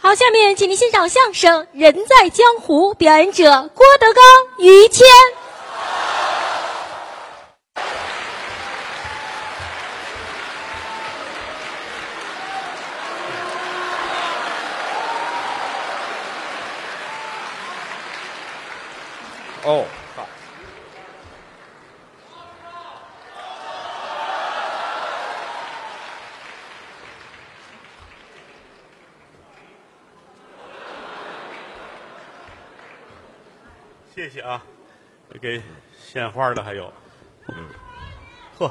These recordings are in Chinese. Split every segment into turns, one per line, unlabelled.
好，下面请您欣赏相声《人在江湖》，表演者郭德纲、于谦。
哦，好。
谢谢啊，给献花的还有，呵，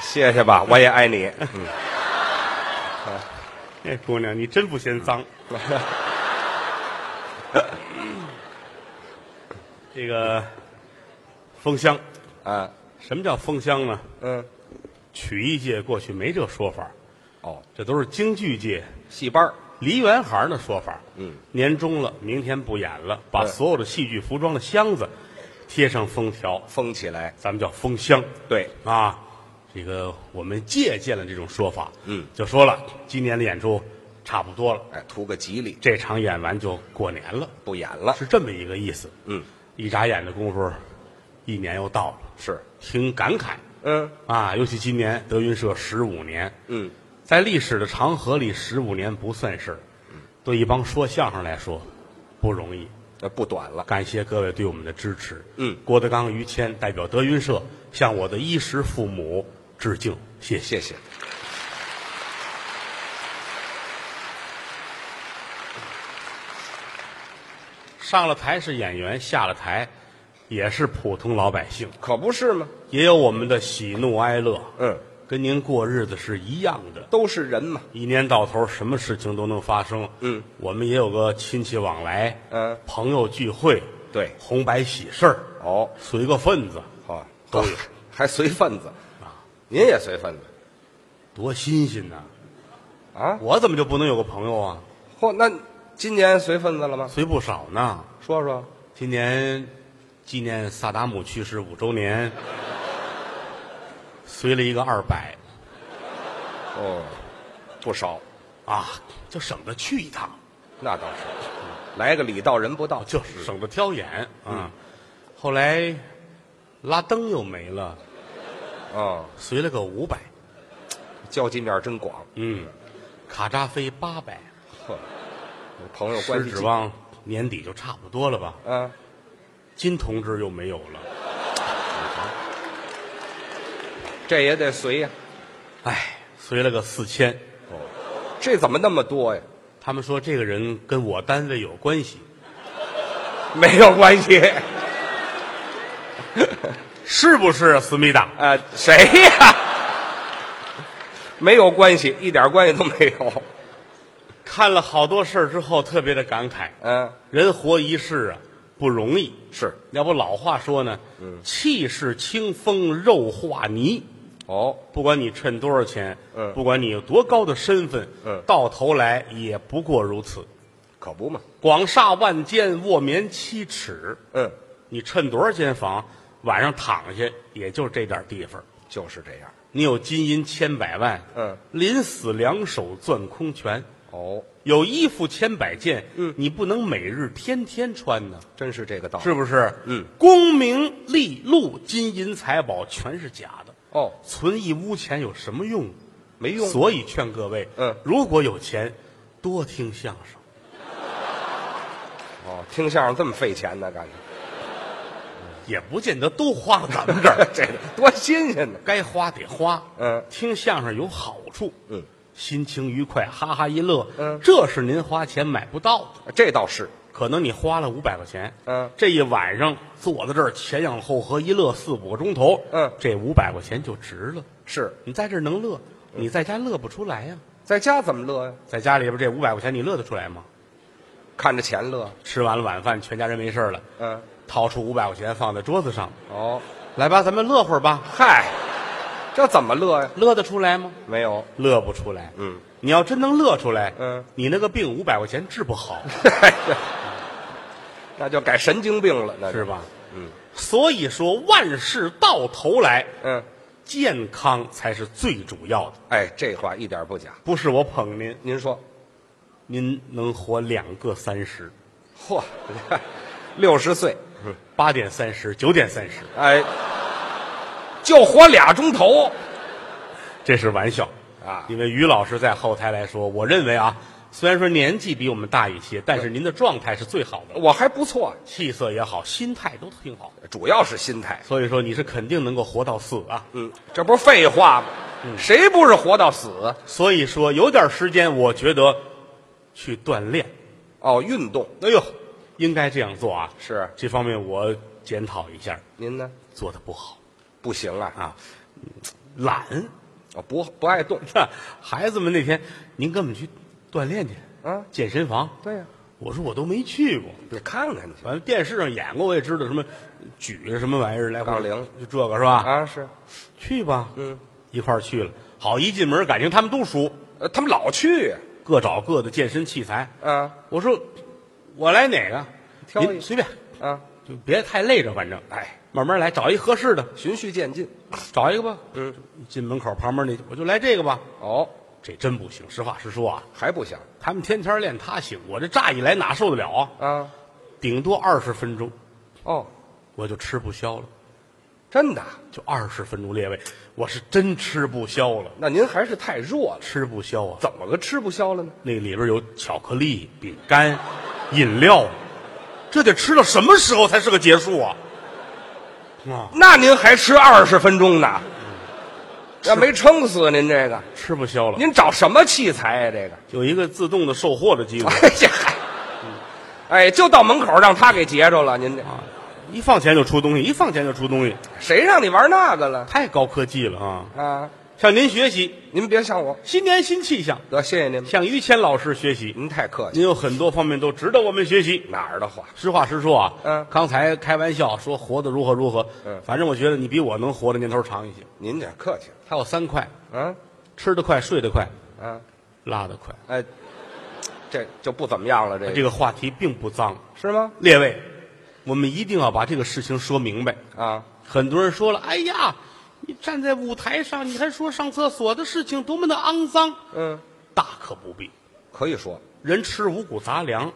谢谢 吧，我也爱你。
那哎姑娘你真不嫌脏。 这个封箱，
啊，
什么叫封箱呢？
嗯，
曲艺界过去没这说法，
哦，
这都是京剧界
戏班儿
梨园行的说法。
嗯，
年终了，明天不演了，把
对
所有的戏剧服装的箱子贴上封条，
封起来，
咱们叫封箱。
对，
啊，这个我们借鉴了这种说法，
嗯，
就说了今年的演出差不多了，
哎，图个吉利，
这场演完就过年了，
不演了。
是这么一个意思。
嗯，
一眨眼的功夫，一年又到了，
是，
挺感慨
嗯
啊。尤其今年德云社十五年，
嗯，
在历史的长河里，十五年不算事儿，
嗯
对一帮说相声来说不容易。
那不短了。
感谢各位对我们的支持。
嗯
郭德纲、于谦代表德云社向我的衣食父母致敬，谢谢。
谢谢。
上了台是演员，下了台也是普通老百姓，
可不是吗？
也有我们的喜怒哀乐，
嗯，
跟您过日子是一样的。
都是人嘛。
一年到头，什么事情都能发生。
嗯，
我们也有个亲戚往来，
嗯
朋友聚会，
对
红白喜事儿，
哦，
随个份子，
好，
都有
还随份子，您也随份子
多新鲜呐、
啊？
我怎么就不能有个朋友啊？
嚯，那今年随份子了吗？
随不少呢。
说说，
今年纪念萨达姆去世五周年， 随了一个二百。
哦，不少，
啊，就省得去一趟，
那倒是，来个礼到人不到，
啊就是省得挑眼啊。后来拉登又没了，
嗯，
随了个五百，
交际面真广，
嗯，卡扎菲八百，
呵，朋友关
是
系
指望年底就差不多了吧？
啊，
金同志又没有了，
这也得随呀、
哎，随了个四千。
这怎么那么多呀？
他们说这个人跟我单位有关系，
没有关系，
是不是啊，思密达？
啊，谁呀、 没有关系，一点关系都没有。
看了好多事儿之后，特别的感慨，
嗯、
人活一世啊，不容易。
是
要不老话说呢，
嗯
气是清风肉化泥。
哦，
不管你趁多少钱，
嗯
不管你有多高的身份，
嗯
到头来也不过如此。
可不嘛，
广厦万间，卧眠七尺，
嗯，
你趁多少间房，晚上躺下也就这点地方。
就是这样。
你有金银千百万，
嗯，
临死两手攥空拳；
哦，
有衣服千百件，
嗯
你不能每日天天穿呢。
真是这个道理。
是不是？
嗯，
功名利禄、金银财宝全是假的，
哦，
存一屋钱有什么用？
没用。
所以劝各位，
嗯
如果有钱，多听相声。
哦，听相声这么费钱呢， 感觉，
也不见得都花到咱们 这儿
这个多新鲜呢。
该花得花。
嗯
听相声有好处，
嗯，
心情愉快，哈哈一乐。
嗯
这是您花钱买不到的。
这倒是。
可能你花了五百块钱，
嗯
这一晚上坐在这儿前仰后合一乐四五个钟头，
嗯
这五百块钱就值了。
是
你在这儿能乐，
嗯
你在家乐不出来呀、
在家怎么乐呀、
在家里边这五百块钱你乐得出来吗？
看着钱乐。
吃完了晚饭，全家人没事儿了，
嗯，
掏出五百块钱放在桌子上，
哦，
来吧，咱们乐会儿吧。
嗨，这怎么乐呀、
乐得出来吗？
没有。
乐不出来。
嗯，
你要真能乐出来，
嗯，
你那个病五百块钱治不好，
那就改神经病了，那就是
吧？
嗯
所以说万事到头来，
嗯，
健康才是最主要的。
哎，这话一点不假。
不是我捧您，
您说，
您能活两个三十，
嚯，六十岁，
八点三十，九点三十，
哎，就活俩钟头
这是玩笑
啊
因为于老师在后台来说，我认为啊，虽然说年纪比我们大一些，但是您的状态是最好的，
我还不错，
气色也好，心态都挺好，
主要是心态。
所以说你是肯定能够活到死啊。
嗯，这不是废话吗？谁不是活到死？
所以说有点时间，我觉得去锻炼，
哦，运动
哎呦，应该这样做啊。
是
这方面我检讨一下，
您呢？
做的不好，
不行啊，
懒。
哦、不不爱动
孩子们那天，您跟我们去锻炼去
啊？
健身房。
对呀、
我说我都没去过，
你看看你
反正电视上演过，我也知道什么举着什么玩意儿来回
杠铃，
就这个是吧？
啊，是，
去吧，
嗯，
一块儿去了。好，一进门感情他们都熟，
呃，他们老去
各找各的健身器材。
啊
我说我来哪个？
挑一
您随便，
啊，
就别太累着，反正
哎，
慢慢来，找一合适的，
循序渐进。
找一个吧。
嗯，
进门口旁边那，我就来这个吧。
哦，
这真不行，实话实说啊，
还不行
他们天天练他行，我这乍一来哪受得了啊？
啊？
顶多二十分钟，
哦，
我就吃不消了，
真的？啊
就二十分钟列位，我是真吃不消了，
那您还是太弱了，
吃不消啊！
怎么个吃不消了呢？
那里边有巧克力、饼干、饮料，这得吃到什么时候才是个结束啊？啊，
那您还吃二十分钟呢？那没撑死您这个，
吃不消了，
您找什么器材呀、这个？
有一个自动的售货的机子
哎呀，嗨，哎，就到门口让他给截着了，您这
啊，一放钱就出东西，一放钱就出东西，
谁让你玩那个了
太高科技了啊！
啊？
向您学习，
您别像我，
新年新气象，
得谢谢您，
向于谦老师学习，
您太客气，
您有很多方面都值得我们学习。
哪儿的话？
实话实说啊，
嗯
刚才开玩笑说活得如何如何，
嗯
反正我觉得你比我能活的年头长一些。
您这客气了，
还有三快，
嗯
吃得快，睡得快，
嗯，
拉得快。
哎，这就不怎么样啊了，这
这
个
个话题并不脏，
是吗？
列位，我们一定要把这个事情说明白。
啊，
很多人说了，哎呀，你站在舞台上，你还说上厕所的事情多么的肮脏，
嗯，
大可不必。
可以说
人吃五谷杂粮，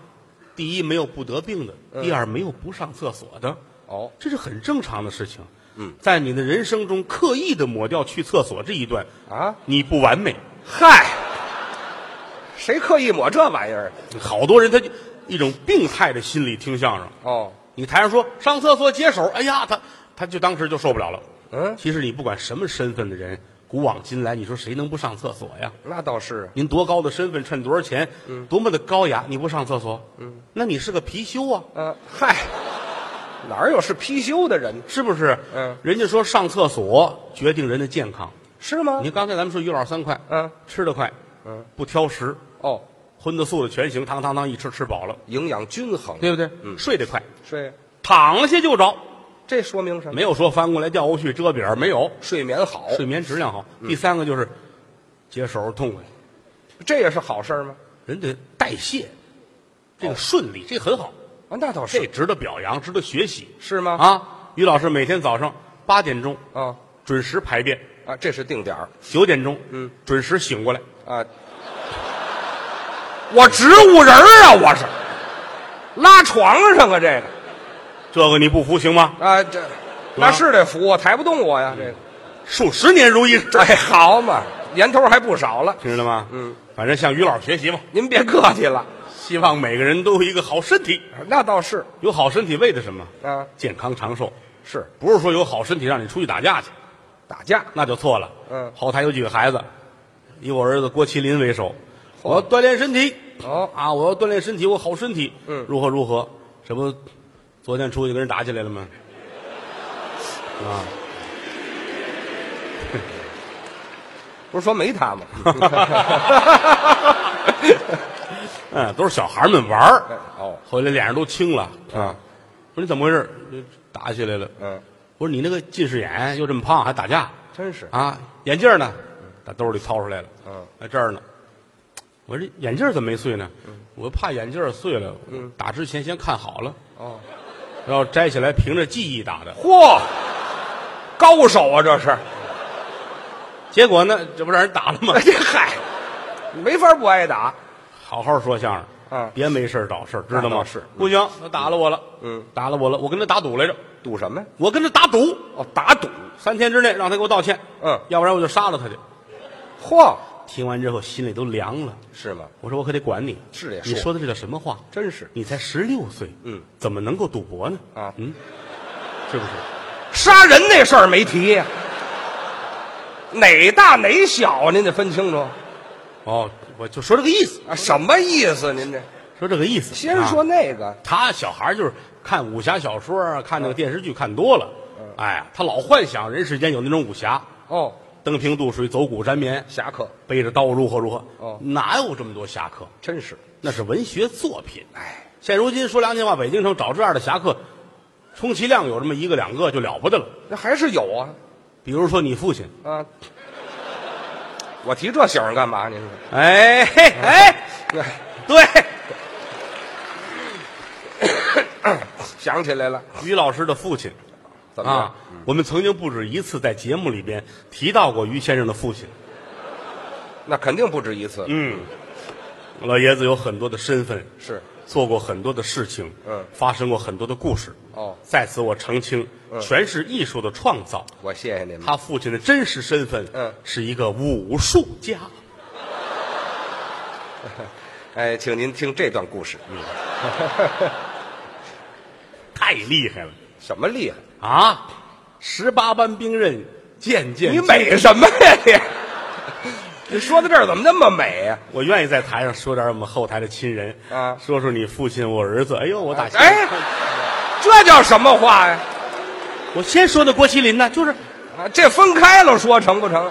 第一没有不得病
嗯
的，第二没有不上厕所的。
哦，
这是很正常的事情。
嗯，
在你的人生中刻意的抹掉去厕所这一段
啊，
你不完美。
嗨，谁刻意抹这玩意儿？
好多人他就一种病态的心理听相声，
哦，
你台上说上厕所解手，哎呀，他他就当时就受不了了。
嗯
其实你不管什么身份的人，古往今来，你说谁能不上厕所呀？
那倒是
您多高的身份，趁多少钱，
嗯
多么的高雅，你不上厕所，嗯，那你是个貔貅啊，
啊，嗨，哪儿有是貔貅的人？
是不是？
嗯，
人家说上厕所决定人的健康。
是吗
你？看刚才咱们说于老三快，
嗯，
吃得快，
嗯，
不挑食，
哦，
荤的素的全行，堂堂堂一吃吃饱了，
营养均衡，
对不对？
嗯
睡得快，
睡，
躺下就着，
这说明什么？
没有说翻过来掉过去遮饼儿，没有，
睡眠好，
睡眠质量好。第三个就是解手痛快，
这也是好事儿吗？
人的代谢这个顺利，这很好，
啊，那倒
这
是，
值得表扬，值得学习
是吗？
啊！于老师每天早上八点钟
啊
准时排便，
啊，这是定点儿
九点钟
嗯
准时醒过来，
啊。我植物人儿啊，我是拉床上啊，这个
这个你不服行吗？
啊，这那是得扶我，抬不动我呀，这个。
数十年如一 日，
哎，好嘛，年头还不少了，
听着了吗？
嗯，
反正向于老师学习嘛，
您别客气了。
希望每个人都有一个好身体。
那倒是
有好身体为的什么？
啊，
健康长寿，
是
不是说有好身体让你出去打架去，
打架
那就错了。
嗯
后台有几个孩子，以我儿子郭麒麟为首，我要锻炼身体
哦
啊，我要锻炼身体，我好身体，
嗯
如何如何？这不，昨天出去跟人打起来了吗？啊，
不是说没他吗？
嗯，都是小孩儿们玩儿，
哦
后来脸上都青了。
啊，
我说你怎么回事？就打起来了。
嗯，
我说你那个近视眼又这么胖，还打架？
真是
啊，眼镜呢？打兜里掏出来了。
嗯，
在这儿呢。我这眼镜怎么没碎呢？
嗯
我怕眼镜碎了。嗯，打之前先看好了，
哦，
然后摘下来，凭着记忆打的。
嚯，高手啊，这是
结果呢，这不让人打了吗
哎？这嗨，没法不挨打。
好好说相声，
嗯
别没事儿找事儿，知道
那
吗？
倒是
不行，他打了我了，
嗯，
打了我了，我跟他打赌来着，
赌什么呀？
我跟他打赌，
哦，打赌。
三天之内让他给我道歉，
嗯
要不然我就杀了他去。
嚯，
听完之后心里都凉了，
是吗？
我说我可得管你，
是得
你
说
说的这叫什么话？
真是
你才十六岁，
嗯，
怎么能够赌博呢？
啊
嗯，是不是？
杀人那事儿没提呀，哪大哪小，啊您得分清楚
哦，我就说这个意思，
啊，什么意思？您这
说这个意思。
先说
啊
那个，
他小孩就是看武侠小说啊，看那个电视剧看多了，哎呀，他老幻想人世间有那种武侠，
哦，
登平渡水，走骨沾棉，
侠客，
背着刀如何如何。
哦
哪有这么多侠客？
真是，
那是文学作品。
哎，
现如今说良心话，北京城找这样的侠客，充其量有这么一个两个就了不得了。
那还是有啊
比如说你父亲，
啊。我提这醒儿干嘛？您说，
哎嘿哎，对，
想起来了，
于老师的父亲
怎么
啊
样？，
我们曾经不止一次在节目里边提到过于先生的父亲。
那肯定不止一次。
嗯，老爷子有很多的身份，
是，
做过很多的事情，
嗯
发生过很多的故事。
哦嗯
在此我澄清，全是艺术的创造。
我谢谢您们。
他父亲的真实身份，
嗯
是一个武术家。
哎，请您听这段故事。嗯，
太厉害了
什么厉害？
啊！十八般兵刃，剑剑。
你美什么呀你？你 说到这儿怎么那么美啊呀、
我愿意在台上说点我们后台的亲人，
啊
说说你父亲，我儿子。哎呦，我打心，
哎，这叫什么话呀、
我先说的郭麒麟呢，就是
啊，这分开了说成不成？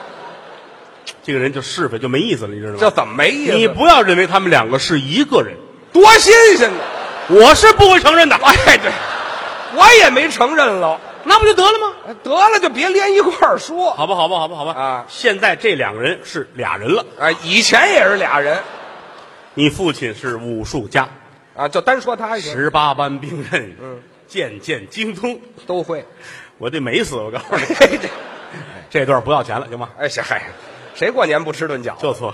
这个人就是非就没意思了，你知道吗？
这怎么没意思？
你不要认为他们两个是一个人，
多新鲜呢！
我是不会承认的。
哎，对，我也没承认喽。
那不就得了吗？
得了，就别连一块儿说。
好吧，好吧，好吧，好吧。
啊
现在这两个人是俩人了。
啊，以前也是俩人
你父亲是武术家，
啊，就单说他一个
十八般兵刃，
嗯，
剑剑精通。
都会。
我得美死，我告诉你，
嘿这
这段不要钱了，行吗？
哎，谁嗨，谁过年不吃顿饺子？
就错。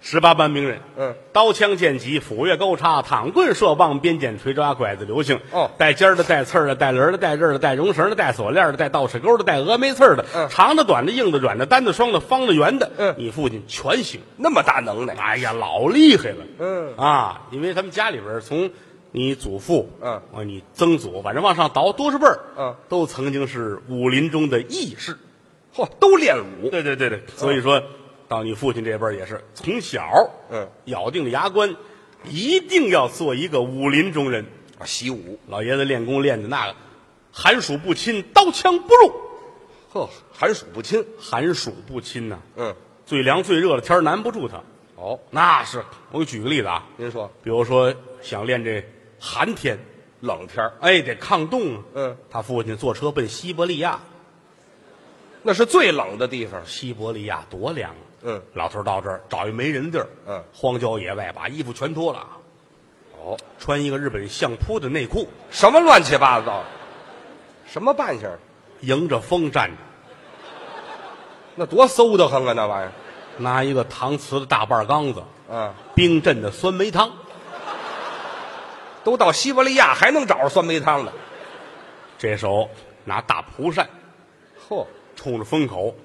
十八般兵刃，
嗯，
刀枪剑戟斧钺钩叉躺棍射棒鞭锏锤抓拐子流星，
哦
带尖儿的带刺儿的带轮儿的带刃儿的带绒绳儿的带锁链儿的带倒齿钩的带峨眉刺儿的，
嗯
长的短的硬的软的单的双的方的圆的，
嗯
你父亲全行。
那么大能耐，
哎呀，老厉害了。
嗯
啊，因为他们家里边儿从你祖父，
嗯
啊，你曾祖，反正往上倒多少辈儿，
嗯，
都曾经是武林中的义士。
嚯，都练武。
对对对对，所以说到你父亲这辈儿也是从小，
嗯，
咬定了牙关，一定要做一个武林中人。
啊习武，
老爷子练功练的那个，寒暑不侵，刀枪不入。
呵，寒暑不侵。
寒暑不侵呐、
嗯，
最凉最热的天儿难不住他。
哦，
那是，我给举个例子啊，
您说
比如说想练这寒天，
冷天儿
哎，得抗冻啊。
嗯，
他父亲坐车奔西伯利亚，
那是最冷的地方。
西伯利亚多凉啊。
嗯，
老头儿到这儿找一没人地儿，
嗯
荒郊野外，把衣服全脱了啊，
哦，
穿一个日本相扑的内裤，
什么乱七八糟，什么扮相？
迎着风站着，
那多馊的很啊，那玩意
拿一个搪瓷的大半缸子，
儿啊，
冰镇的酸梅汤。
都到西伯利亚还能找着酸梅汤的。
这手拿大蒲扇
嚯，
冲着风口，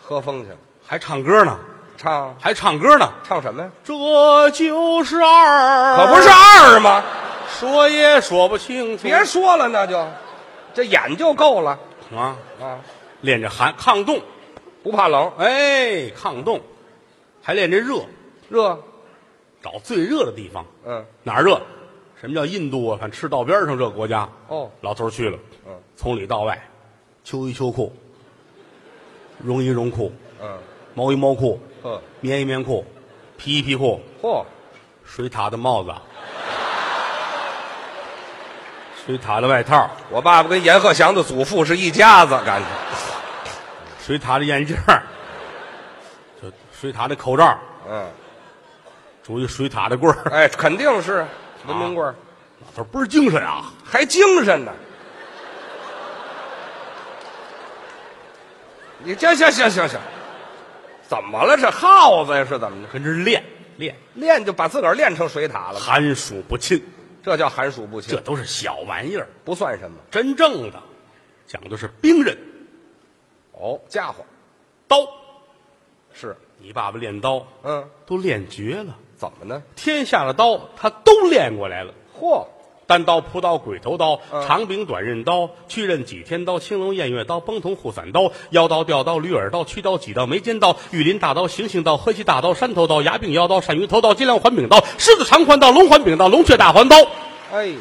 喝风去了，
还唱歌呢，
唱
还唱歌呢。
唱什么呀？
这就是二，
可不是二吗？
说也说不清楚。
别说了，那就这眼就够了
啊，
啊，
练着寒抗冻，
不怕冷，
哎，抗冻，还练这热，
热，
找最热的地方。
嗯，
哪儿热？什么叫印度啊？反正赤道边上这国家。
哦
老头儿去了，
嗯，
从里到外，秋衣秋裤，绒衣绒裤，
嗯，
毛衣毛裤，
呵，
棉衣棉裤，皮衣皮裤，
嚯，
水獭的帽子，水獭的外套，
我爸爸跟阎鹤祥的祖父是一家子，感觉，
水獭的眼镜儿，就水獭的口罩，
嗯，
拄一水獭的棍儿。
哎，肯定是文明棍儿，
老头儿倍儿精神啊！
还精神呢，你这行行行行，怎么了？这耗子呀是怎么着？
跟这练练，
练就把自个儿练成水獭了，
寒暑不侵，
这叫寒暑不
这
侵，
都是小玩意儿。
不算什么。
真正的讲究是兵刃，
哦，家伙
刀。
是，
你爸爸练刀
嗯，
都练绝了，
怎么呢？
天下的刀他都练过来了。
嚯，
单刀、朴刀、鬼头刀、
嗯
长柄短刃刀、去刃几天刀、青龙偃月刀、崩铜护伞刀、腰刀、吊刀、驴耳刀、曲刀、几刀、眉尖刀、玉林大刀、行刑刀、河西大刀、山头刀、牙柄腰刀、鳝鱼头刀、金梁环柄刀、狮子长环刀、龙环柄刀、龙雀大环刀，
哎呀，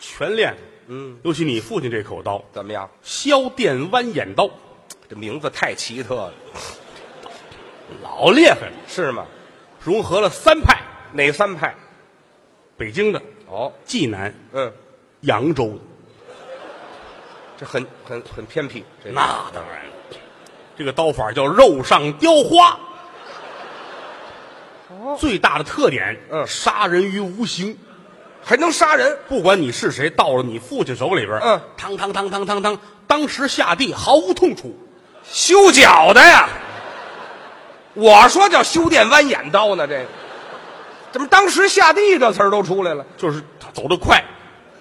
全练。
嗯，
尤其你父亲这口刀，
怎么样？
削电弯眼刀，
这名字太奇特了，
老厉害了，
是吗？
融合了三派：
哪三派？
北京的、
哦，
济南、
嗯，
扬州的。
这很很很偏僻。这个
那当然了，这个刀法叫肉上雕花。最大的特点，
哦嗯
杀人于无形。
还能杀人，
不管你是谁，到了你父亲手里边，
嗯，
嘡嘡嘡嘡嘡嘡，当时下地毫无痛楚。
修脚的呀。我说叫修电弯眼刀呢，这个怎么当时下地这词儿都出来了？
就是他走得快，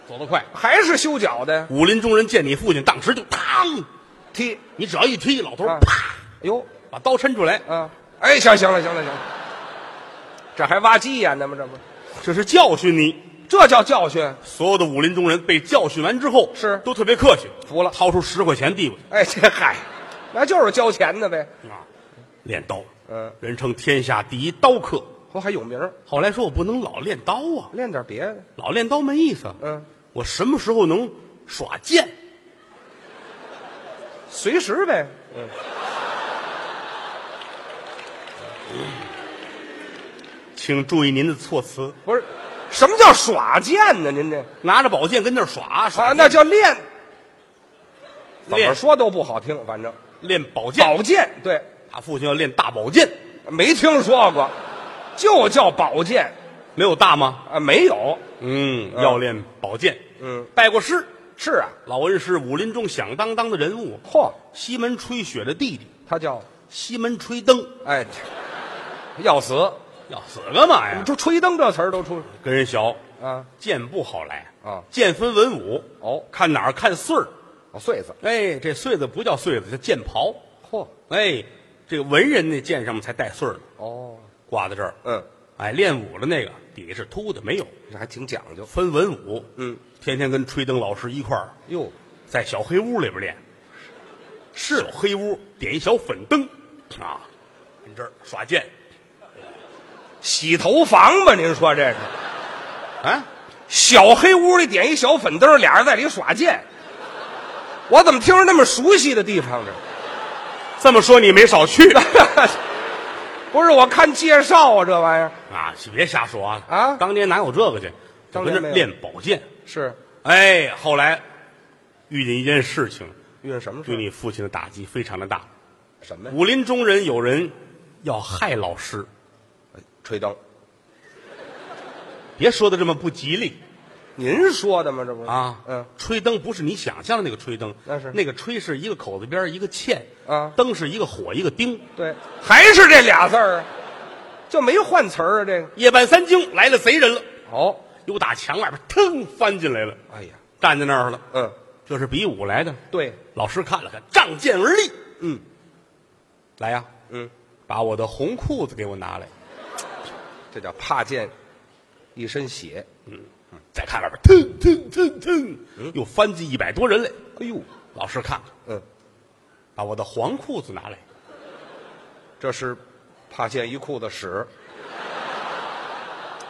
走得快。
还是修脚的呀？
武林中人见你父亲，当时就嘡，
踢，
你只要一踢，老头
啊
儿啪
哟，
把刀抻出来，
啊，哎，行行了，行了，行了，这还挖鸡眼呢吗？这不，
这是教训你。
这叫教训。
所有的武林中人被教训完之后，
是
都特别客气，
服了
掏出十块钱递过去。
哎，这嗨，那就是交钱的呗。
啊，练刀，
嗯
人称天下第一刀客。
我哦还有名儿，
后来说我不能老练刀啊，
练点别的。
老练刀没意思。
嗯，
我什么时候能耍剑？
随时呗。
请注意您的措辞，
不是，什么叫耍剑呢？您这
拿着宝剑跟那儿耍耍
啊，
剑，
那叫练。怎
练
么说都不好听，反正
练宝剑。
宝剑对，
他父亲要练大宝剑，
没听说过，就叫宝剑
没有大吗？
啊，没有。
嗯，
嗯
要练宝剑。
嗯，
拜过师，
是啊，
老恩师，武林中响当当的人物，
嚯，
西门吹雪的弟弟，
他叫
西门吹灯，
哎，要死，
要死干嘛呀？
就吹灯这词儿都出
跟人学，
啊。
剑不好来
啊
剑分文武，
哦，
看哪儿看穗儿。
哦，穗子，
哎，这穗子不叫穗子，叫剑袍。
嚯，
哎，这个文人那剑上面才带穗儿呢，
哦，
挂在这儿。
嗯，
哎，练武的那个底下是秃的，没有
这还挺讲究。
分文武。
嗯，
天天跟吹灯老师一块儿
哟，
在小黑屋里边练，是小黑屋点一小粉灯啊，跟这儿耍剑
洗头房吧？您说这是？
啊，
小黑屋里点一小粉灯，俩人在里耍剑。我怎么听着那么熟悉的地方呢？
这么说你没少去啊
不是，我看介绍啊，这玩意儿
啊！别瞎说啊
啊
当年哪有这个去？就
当
跟
年
这
没有
练宝剑。
是
哎，后来遇见一件事情，
遇见什么事
对
儿？
你父亲的打击非常的大。
什么呀？
武林中人有人要害老师，
吹灯？
别说的这么不吉利
您说的吗？这不是
啊！
嗯，
吹灯不是你想象的那个吹灯，
那是
那个吹是一个口字边儿一个欠
啊
灯是一个火一个丁。
对，还是这俩字儿啊，就没换词儿啊。这个
夜半三更来了贼人了，
哦，
又打墙外边腾翻进来了，
哎呀，
站在那儿了。
嗯，
这是比武来的。
对，
老师看了看，仗剑而立。
嗯，
来呀，
嗯，
把我的红裤子给我拿来。
这叫怕见一身血。嗯
再看外边，腾腾腾腾，又翻进一百多人来。
哎呦，
老师看看，
嗯，
把我的黄裤子拿来。
这是怕见一裤子屎。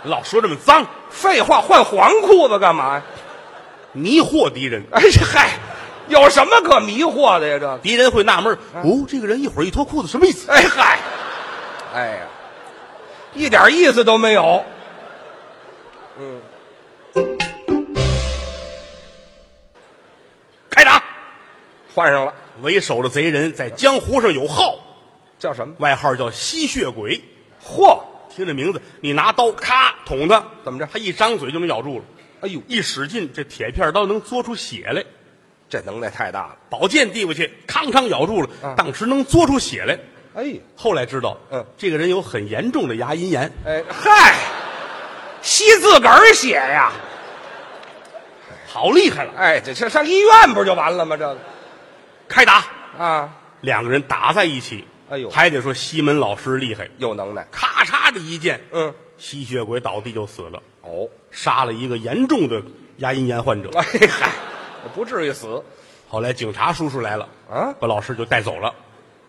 老说这么脏，
废话，换黄裤子干嘛呀？
迷惑敌人，
哎呀，嗨，有什么可迷惑的呀？这个，
敌人会纳闷儿：
嗯
哦，这个人一会儿一脱裤子什么意思？
哎嗨，哎呀，一点意思都没有。
开打！
换上了，
为首的贼人在江湖上有号，
叫什么？
外号叫吸血鬼。
嚯，
听这名字，你拿刀咔捅他，
怎么着
他一张嘴就能咬住了，
哎呦，
一使劲，这铁片刀能嘬出血来。
这能耐太大了。
宝剑递过去，康康咬住了，
嗯
当时能嘬出血来。
哎
后来知道，
嗯
这个人有很严重的牙龈炎，
哎嗨，吸自个儿血呀！
好厉害了！
哎，这这上医院不就完了吗？这个
开打，
啊，
两个人打在一起。
哎呦
还得说西门老师厉害，
有能耐。
咔嚓的一剑，
嗯，
吸血鬼倒地就死了，
哦，
杀了一个严重的牙龈炎患者。
哎嗨，不至于死
后来警察叔叔来了，
啊！
把老师就带走了。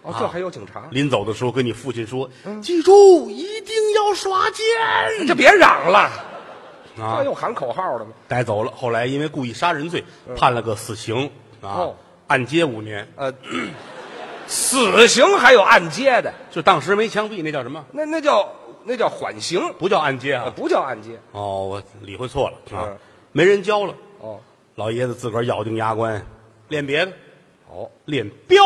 哦，这还有警察，
临走的时候跟你父亲说，
嗯
记住一定要耍剑
这别嚷了，
啊
这！又喊口号了吗？
带走了。后来因为故意杀人罪，判了个死刑啊
嗯哦，
按揭五年。
呃，死刑还有按揭的，
就当时没枪毙，那叫什么？
那那叫那叫缓刑，
不叫按揭
呃
啊！
不叫按揭。
哦，我理会错了啊
嗯，
没人教了。
哦
老爷子自个儿咬定牙关，练别的，
哦，
练镖，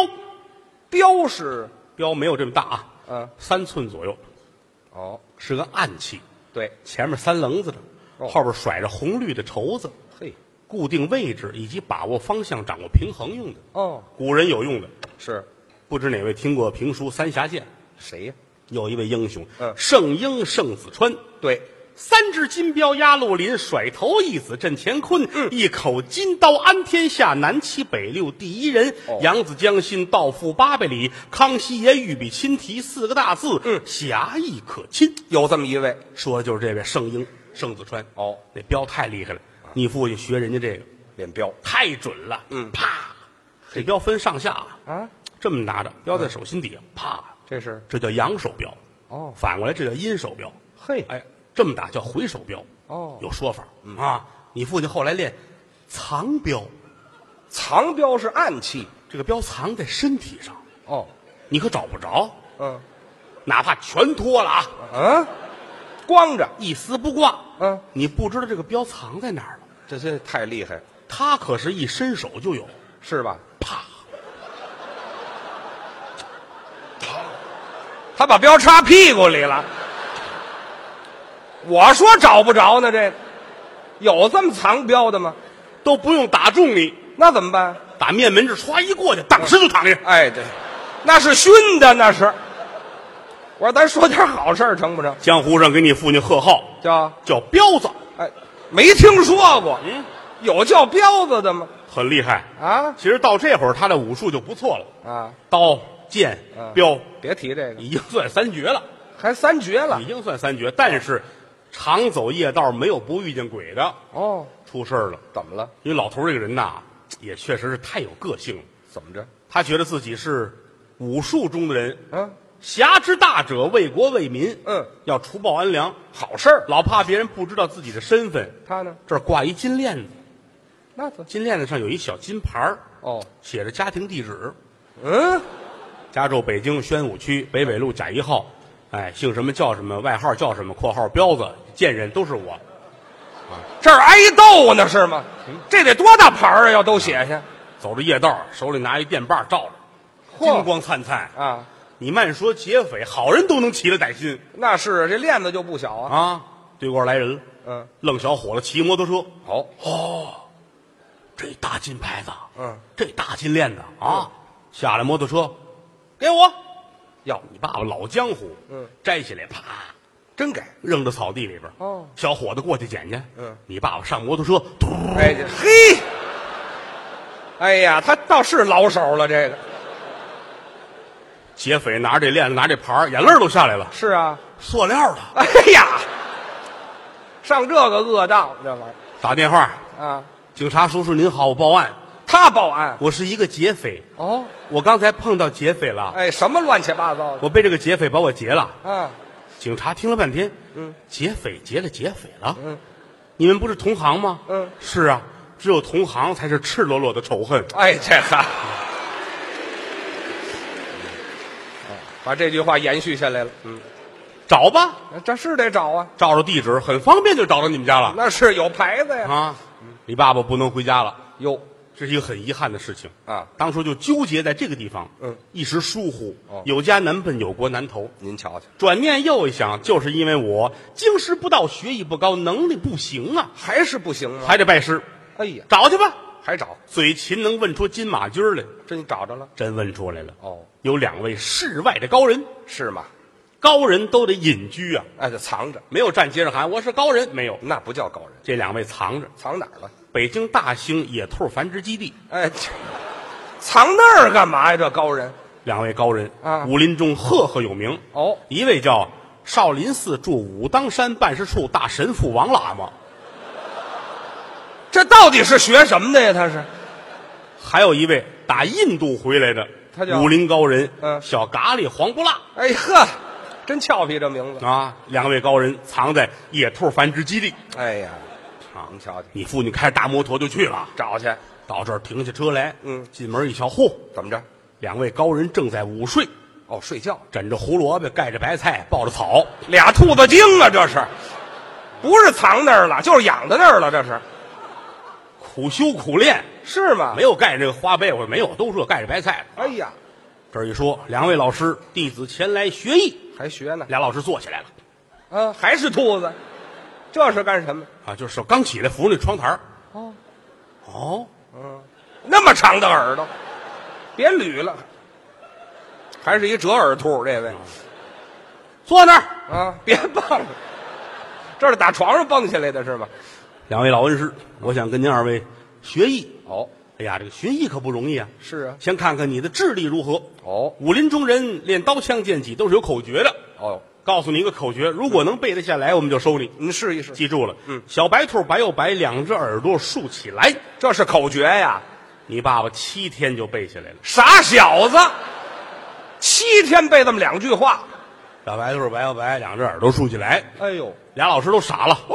镖是
镖没有这么大啊，
嗯
三寸左右，
哦，
是个暗器，
对，
前面三棱子的，
哦
后边甩着红绿的绸子，
嘿，
固定位置以及把握方向、掌握平衡用的。
哦，
古人有用的，
是
不知哪位听过评书《三峡剑》？
谁呀？
有一位英雄，
嗯
圣英圣子川，
对，
三只金镖压绿林，甩头一子震乾坤，
嗯
一口金刀安天下，南七北六第一人。
哦
扬子江心，道覆八百里，康熙爷御笔亲题四个大字，
嗯
侠义可亲。
有这么一位
说的就是这位圣英圣子川。
哦，
那镖太厉害了，你父亲学人家这个
练镖
太准了。
嗯
啪，这镖分上下啊，
啊，
这么拿着，镖
嗯
在手心底下，啪，
这是
这叫阳手镖。
哦
反过来这叫阴手镖。
嘿
哎，这么打叫回手镖。
哦
有说法啊。你父亲后来练藏镖，
藏镖是暗器
这个镖藏在身体上，
哦，
你可找不着，
嗯
哪怕全脱了啊，
嗯，光着，
一丝不挂，
嗯，
你不知道这个镖藏在哪儿了。
这这太厉害了，
他可是一伸手就有，
是吧？
啪，
他把镖插屁股里了。我说找不着呢，这有这么藏镖的吗？
都不用打中你，
那怎么办？
打面门这歘一过去，当时就躺下。
哎，对，那是熏的，那是。我说咱说点好事儿成不成？
江湖上给你父亲贺号
叫
叫彪子，
哎，没听说过，
嗯，
有叫彪子的吗？
很厉害。
啊
其实到这会儿他的武术就不错了，
啊，
刀、剑
嗯、
镖，
别提这个，
已经算三绝了，
还三绝了
已经算三绝。但是，常走夜道没有不遇见鬼的，
哦。
出事儿了。
怎么了？
因为老头儿这个人呐，也确实是太有个性了。
怎么着？
他觉得自己是武术中的人，
嗯，
侠之大者，为国为民，
嗯，
要除暴安良，
好事儿。
老怕别人不知道自己的身份。
他呢？
这儿挂一金链子，
那怎么？
金链子上有一小金牌儿
哦，
写着家庭地址，
嗯，
家住北京宣武区北纬路甲一号，哎，姓什么叫什么，外号叫什么，括号彪子，见人都是我。
这儿挨斗呢是吗？这得多大牌儿啊？要都写下
走着夜道，手里拿一电棒照着，
嚯
金光灿灿。
啊？
你慢说劫匪，好人都能起了歹心
那是这链子就不小啊。
啊！对过来人了，
嗯，
愣小伙子骑摩托车，
好，
这大金牌子，
嗯，
这大金链子啊！下来摩托车，给我，
要
你爸爸老江湖，
嗯，
摘起来啪
真给。
扔到草地里边。
哦，
小伙子过去捡去，
嗯，
你爸爸上摩托车，嘟
哎，这嘿，哎呀，他倒是老手了。这个
劫匪拿着这链子，拿这牌儿眼泪儿都下来了，
是啊。
塑料的。
哎呀，上这个恶当这玩意
打电话，
儿啊，
警察叔叔您好，我报案，
他报案
我是一个劫匪，
哦。
我刚才碰到劫匪了，
哎，什么乱七八糟的
我被这个劫匪把我劫了。
啊？
警察听了半天，
嗯，
劫匪劫了劫匪了，
嗯，
你们不是同行吗？
嗯
是啊，只有同行才是赤裸裸的仇恨。
哎，这哈，把这句话延续下来了。嗯，
找吧，
这是得找啊，
照着地址很方便就找到你们家了
那是有牌子呀。
啊。你爸爸不能回家了，
哟
这是一个很遗憾的事情。
啊，
当初就纠结在这个地方，
嗯，
一时疏忽，
哦
有家难奔，有国难投。
您瞧瞧，
转念又一想，就是因为我经师不到，学艺不高，能力不行啊，
还是不行吗？
还得拜师，
哎呀，
找去吧。
还找，
嘴勤能问出金马驹儿来，
真找着了
真问出来了。
哦，
有两位世外的高人，
是吗？
高人都得隐居啊，
哎，就藏着，
没有站街上喊我是高人，没有。
那不叫高人，
这两位藏着，
藏哪儿了？
北京大兴野兔繁殖基地，
哎， 这藏那儿干嘛呀？这高人
两位高人
啊
武林中赫赫有名。
哦，
一位叫少林寺驻武当山办事处大神父王喇嘛，
这到底是学什么的呀？他是
还有一位打印度回来的，
他叫
武林高人，
嗯
小咖喱黄不辣
哎呵，真俏皮这名字。
啊，两位高人藏在野兔繁殖基地
哎呀，
啊。
您瞧瞧，
你父亲开着大摩托就去了，
找去
到这儿停下车来，
嗯
进门一瞧，嚯，
怎么着？
两位高人正在午睡，
哦，睡觉，
枕着胡萝卜，盖着白菜，抱着草，
俩兔子精啊，这是，不是藏那儿了，就是养在那儿了，这是
苦修苦练，
是吗？
没有盖这个花被窝，没有，都是盖着白菜。
哎呀，
这儿一说，两位老师，弟子前来学艺。
还学呢，
俩老师坐起来了
嗯、还是兔子，这是干什么？
啊，就是手刚起来扶着那窗台儿
哦，
哦，
那么长的耳朵，别捋了，还是一折耳兔这位
坐那儿。
啊，别蹦了，这是打床上蹦起来的是吗？
两位老恩师，我想跟您二位学艺。
哦，
哎呀，这个学艺可不容易啊！
是啊，
先看看你的智力如何。
哦
武林中人练刀枪剑戟都是有口诀的。
哦，
告诉你一个口诀，如果能背得下来，我们就收你。
您试一试，
记住了，
嗯，
小白兔白又白，两只耳朵竖起来。
这是口诀呀，
你爸爸七天就背下来了。
傻小子，七天背这么两句话，
小白兔白又白，两只耳朵竖起来。
哎呦，
俩老师都傻了，哦，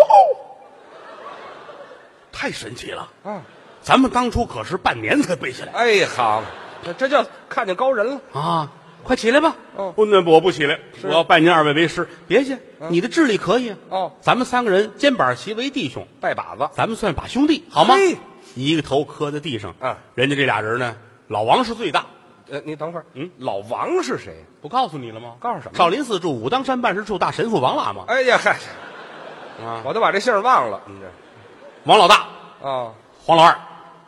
太神奇了！
啊，
咱们当初可是半年才背下来
哎好，这这叫看见高人了，
啊！快起来吧！
哦嗯
不，那我不起来，我要拜您二位为师。别去，你的智力可以啊。
哦
咱们三个人肩膀齐为弟兄，
拜把子，
咱们算把兄弟好吗
嘿？
一个头磕在地上，
嗯
人家这俩人呢，老王是最大，
呃，你等会儿，
嗯，
老王是谁？
不告诉你了吗？
告诉什么
少林寺驻武当山办事处大神父王喇嘛
哎呀嗨，
啊，
我都把这姓儿忘了，你这
王老大，
啊
黄老二，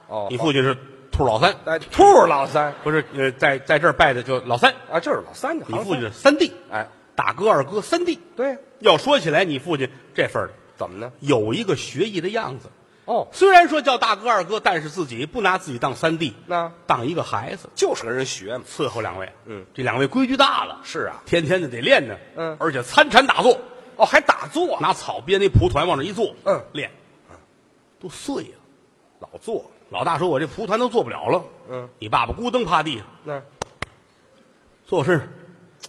哦，
你父亲是兔老三，
哎，兔老三
不是呃，在在这儿拜的就老三。
啊，这是老三的，
你
行
父亲
三
是三弟，
哎，
大哥、二哥、三弟。
对呀，
要说起来，你父亲这份儿里
怎么呢？
有一个学艺的样子。
哦，
虽然说叫大哥、二哥，但是自己不拿自己当三弟，
那
当一个孩子
就是跟人学嘛。
伺候两位。
嗯，
这两位规矩大了，
是啊，
天天的得练呢。
嗯
而且参禅打坐，
哦，还打坐，
拿草编那蒲团往这一坐，
嗯
练，都碎了。
老坐，
老大说：“我这蒲团都做不了了。”
嗯，
你爸爸咕噔趴地上，
那
坐我身上，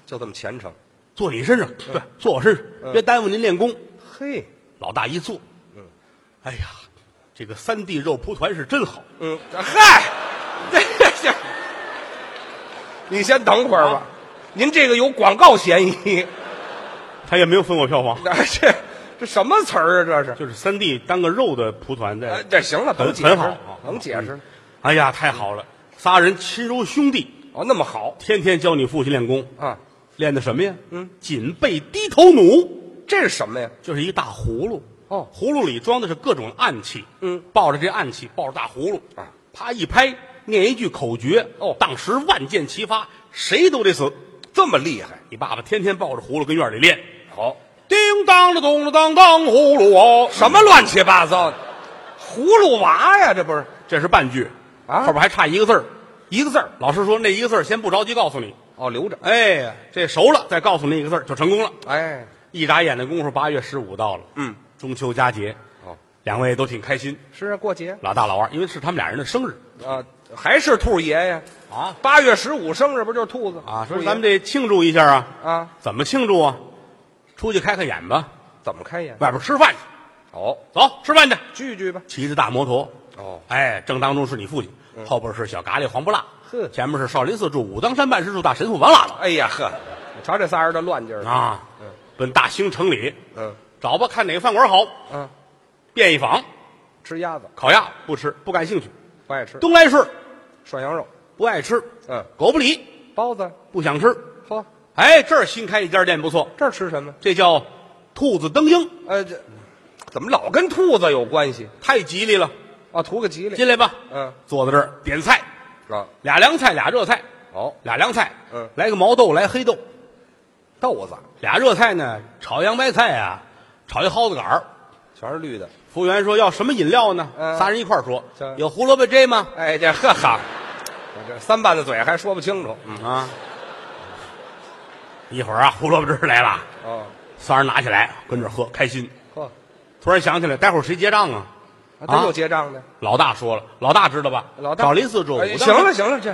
就这么虔诚。
坐你身上，
嗯
对，坐我身上，别耽误您练功。
嘿，
老大一坐，
嗯
哎呀，这个三地肉蒲团是真好，
嗯，嗨，这这，你先等会儿
啊
吧，您这个有广告嫌疑。
他也没有分我票房，
哎这这什么词儿啊？这是？
就是三地当个肉的蒲团
哎，
在，
这行了，
很
甭解释
很好
了，，甭解释
嗯
了。
哎呀，太好了，仨人亲如兄弟，
哦，那么好
天天教你父亲练功，
啊，
练的什么呀？
嗯，
紧背低头弩，
这是什么呀？
就是一大葫芦。
哦
葫芦里装的是各种暗器，
嗯，
抱着这暗器，抱着大葫芦
啊，
啪一拍，念一句口诀，
哦
当时万箭齐发，谁都得死。
这么厉害？
你爸爸天天抱着葫芦跟院里练，
好，
叮当了咚了当当葫芦哦，
什么乱七八糟的？葫芦娃呀，这不是？
这是半句
啊
后边还差一个字儿，一个字儿。老师说那一个字儿先不着急告诉你，
哦，留着。
哎，这熟了再告诉你一个字儿就成功了。
哎，
一眨眼的功夫，八月十五到了，
嗯，
中秋佳节，
哦，
两位都挺开心，
是啊，过节
老大老二，因为是他们俩人的生日
啊，还是兔爷呀？
啊
八月十五生日不就是兔子
啊，
兔
说
爷
咱们得庆祝一下啊，
啊，
怎么庆祝啊？出去开开眼吧，
怎么开眼？
外边吃饭去，
哦，
走吃饭去，
聚聚吧。
骑着大摩托，
哦，
哎，正当中是你父亲，后边是小咖喱黄不辣，
嗯呵
前面是少林寺驻武当山办事处大神父王喇嘛
哎呀呵，瞧这仨人的乱劲儿。
啊，奔大兴城里
嗯
找吧，看哪个饭馆好，
嗯，
便宜坊
吃鸭子
烤鸭不吃，不感兴趣；
不爱吃，
东来顺
涮羊肉，
不爱吃，
嗯，
狗不理
包子。
不想吃。
嚯，
哎，这儿新开一家店不错，
这儿吃什么？
这叫兔子登鹰，
呃，这怎么老跟兔子有关系？
太吉利了。
啊，图个吉利
进来吧，
嗯，
坐在这儿点菜，
啊，
俩凉菜，俩热菜，
哦，
俩凉菜，
嗯
来个毛豆，来黑豆，
豆子
俩热菜呢，炒洋白菜啊，炒一蒿子杆儿。
全是绿的。
服务员说要什么饮料呢？
嗯
仨人一块儿说
这，
有胡萝卜汁吗？
哎，这呵哈，我这三瓣子嘴还说不清楚。嗯，
啊，一会儿啊，胡萝卜汁来了，
哦，
仨人拿起来跟这儿喝，开心。
呵，
突然想起来，待会儿谁结账啊？
还真有结账的。
老大说了，老大知道吧？
老大
找林四周，
哎行了，行了，这，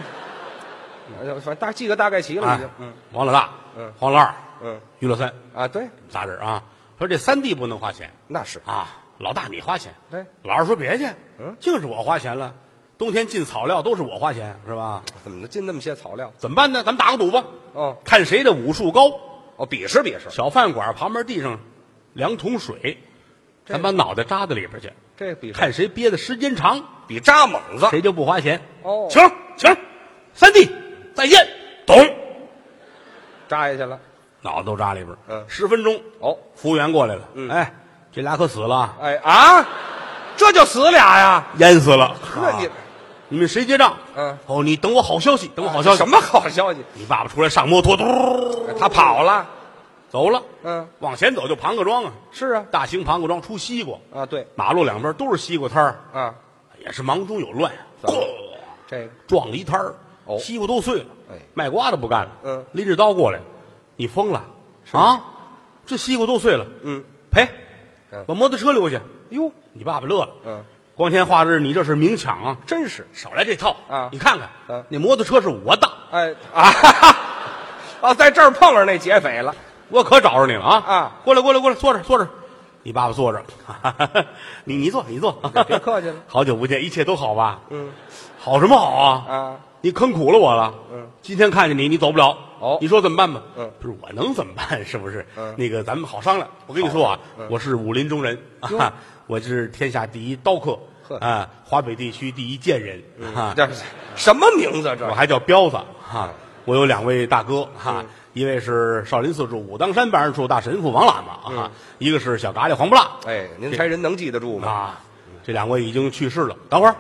哎呦反正大记个大概齐了已
哎
经。嗯，
王老大，
嗯
黄老二，
嗯
于老三，
啊，对，
仨人啊，说这三弟不能花钱
那是
啊，老大你花钱，
对，
老二说别去，
嗯，
净是我花钱了，冬天进草料都是我花钱，是吧？
怎么能进那么些草料？
怎么办呢？咱们打个赌吧，
哦
看谁的武术高。
哦，比试比试，
小饭馆旁边地上两桶水，
这
咱把脑袋扎到里边去，
这比试
看谁憋的时间长，
比扎猛子。
谁就不花钱。
哦
请请，三弟再见，懂？
扎下去了。
脑袋都扎里边。
嗯
十分钟，
哦，
服务员过来了，
嗯
哎，这俩可死了啊，
哎啊，这就死俩呀？
淹死了。
那你
啊你们谁结账？
嗯，啊
哦，你等我好消息，等我好消息。
什？么好消 息？
你爸爸出来上摩托，嘟
他跑了。
走了。
嗯，
往前走就庞各庄啊，
是啊，
大兴庞各庄出西瓜，
啊对
马路两边都是西瓜摊儿，
啊，
也是忙中有乱，啊
怎么
咣
这个
撞了一摊儿，
哦
西瓜都碎了，
哎
卖瓜的不干了，
嗯
拎着刀过来，你疯了啊？这西瓜都碎了，
嗯，
赔
嗯，
把摩托车留下。
哟，
你爸爸乐了，
嗯，
光天化日，你这是明抢啊！
真是
少来这套
啊
你看看，
嗯
那摩托车是我的，
哎啊哈哈，哦，在这儿碰上那劫匪了。
我可找着你了啊！
啊，
过来，过来，过来，坐着，坐着。你爸爸坐着，哈哈哈 你你坐，你坐，
别客气了。
好久不见，一切都好吧？
嗯
好什么好啊？
啊，
你坑苦了我了。
嗯，
今天看见你，你走不了。
哦
你说怎么办吧？
嗯
不是我能怎么办？ 是不是？
嗯
那个咱们好商量。我跟你说啊
嗯，
我是武林中人，
哟
啊 我是天下第一刀客
呵，嗯
啊，华北地区第一剑人，啊，
这是什么名字这
我
是？
还叫彪子哈。 我有两位大哥
嗯
哈，一位是少林寺驻武当山办事处大神父王喇嘛
嗯
啊，一个是小嘎喱黄不辣
哎，您猜人能记得住吗？
啊，这两位已经去世了。等会儿，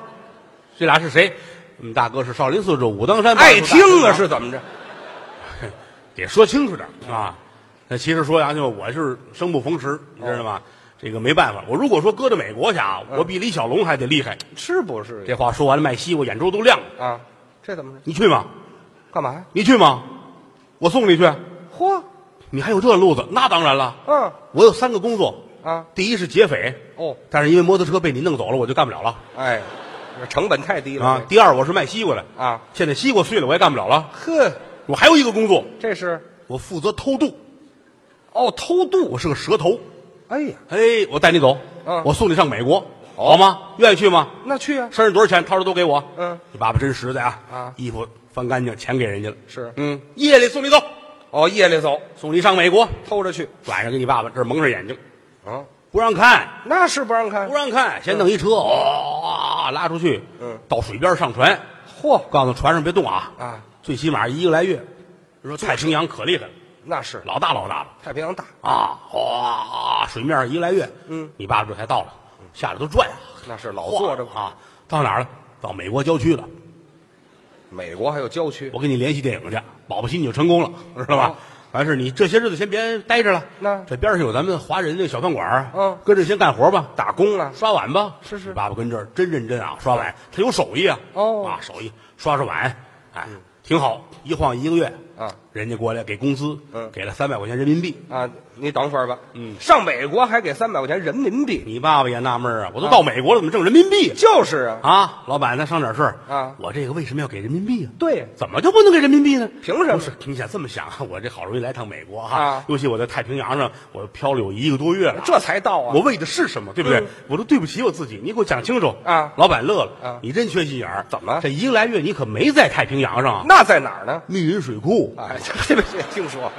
这俩是谁？我们大哥是少林寺驻武当山办
爱
事处
听
大神父
啊
王
是怎么着？
得说清楚点儿啊。那其实说良心话，我是生不逢时，你知道
哦
吗？这个没办法，我如果说搁到美国去啊，
嗯
我比李小龙还得厉害。
是不是
这话说完了，卖西瓜眼珠都亮了。
啊？这怎么着？
你去吗？
干嘛呀？
你去吗？我送你去。
嚯，
你还有这路子？那当然了，
嗯
我有三个工作，
啊，
第一是劫匪，
哦，
但是因为摩托车被你弄走了，我就干不了了
哎，成本太低了
啊。第二我是卖西瓜的，
啊，
现在西瓜碎了，我也干不了了。
呵，
我还有一个工作，
这是
我负责偷渡，
哦，偷渡，
我是个蛇头。
哎呀，
哎，我带你走，
嗯哦
我送你上美国，
好
好吗？愿意去吗？
那去啊，
身上多少钱？掏出都给我。
嗯，
你爸爸真实在啊，
啊
衣服翻干净，钱给人家了。
是
嗯，夜里送你走，
哦，夜里走，
送你上美国。
偷着去
晚上给你爸爸这儿蒙上眼睛，
啊，
不让看，
那是不让看
不，让看，先弄一车，哦，拉出去，
嗯
到水边上船，
嚯
告诉船上别动啊，
啊，
最起码一个来月。说太平洋可厉害了，
那是
老大老大了
太平洋大，
啊！哗，水面上一个来月，
嗯，
你爸爸这才到了，下来都转啊，
那是老坐着吧？
啊，到哪儿了？到美国郊区了。
美国还有郊区，
我给你联系电影去，保不齐你就成功了，知道吧
哦？
完事儿你这些日子先别待着了。
那
这边上有咱们华人的小饭馆啊儿
嗯
跟着先干活吧，打
工啊
刷碗吧。
是是
你爸爸跟这儿真认真啊，刷碗，他有手艺啊。
哦嗯
啊，手艺刷刷碗，哎，挺好。一晃一个月
啊，
人家过来给工资，
嗯
给了三百块钱人民币。
啊，你等会儿吧，嗯，上美国还给三百块钱人民币，
你爸爸也纳闷儿啊，我都到美国了，怎么挣人民币啊？
就是啊，
啊，老板，咱商点事儿
啊
我这个为什么要给人民币啊？
对，
怎么就不能给人民币呢？
凭什么
不是，你想这么想啊？ 我这好容易来趟美国哈、
啊
尤其我在太平洋上，我漂了有一个多月了。
这才到啊
我，为的是什么？对不对？
嗯
我都对不起我自己，你给我讲清楚
啊
老板乐了，
啊
你真缺心眼儿。
怎么
这一个来月你可没在太平洋上啊
那在哪儿呢？
密云水库，
哎，这这这听说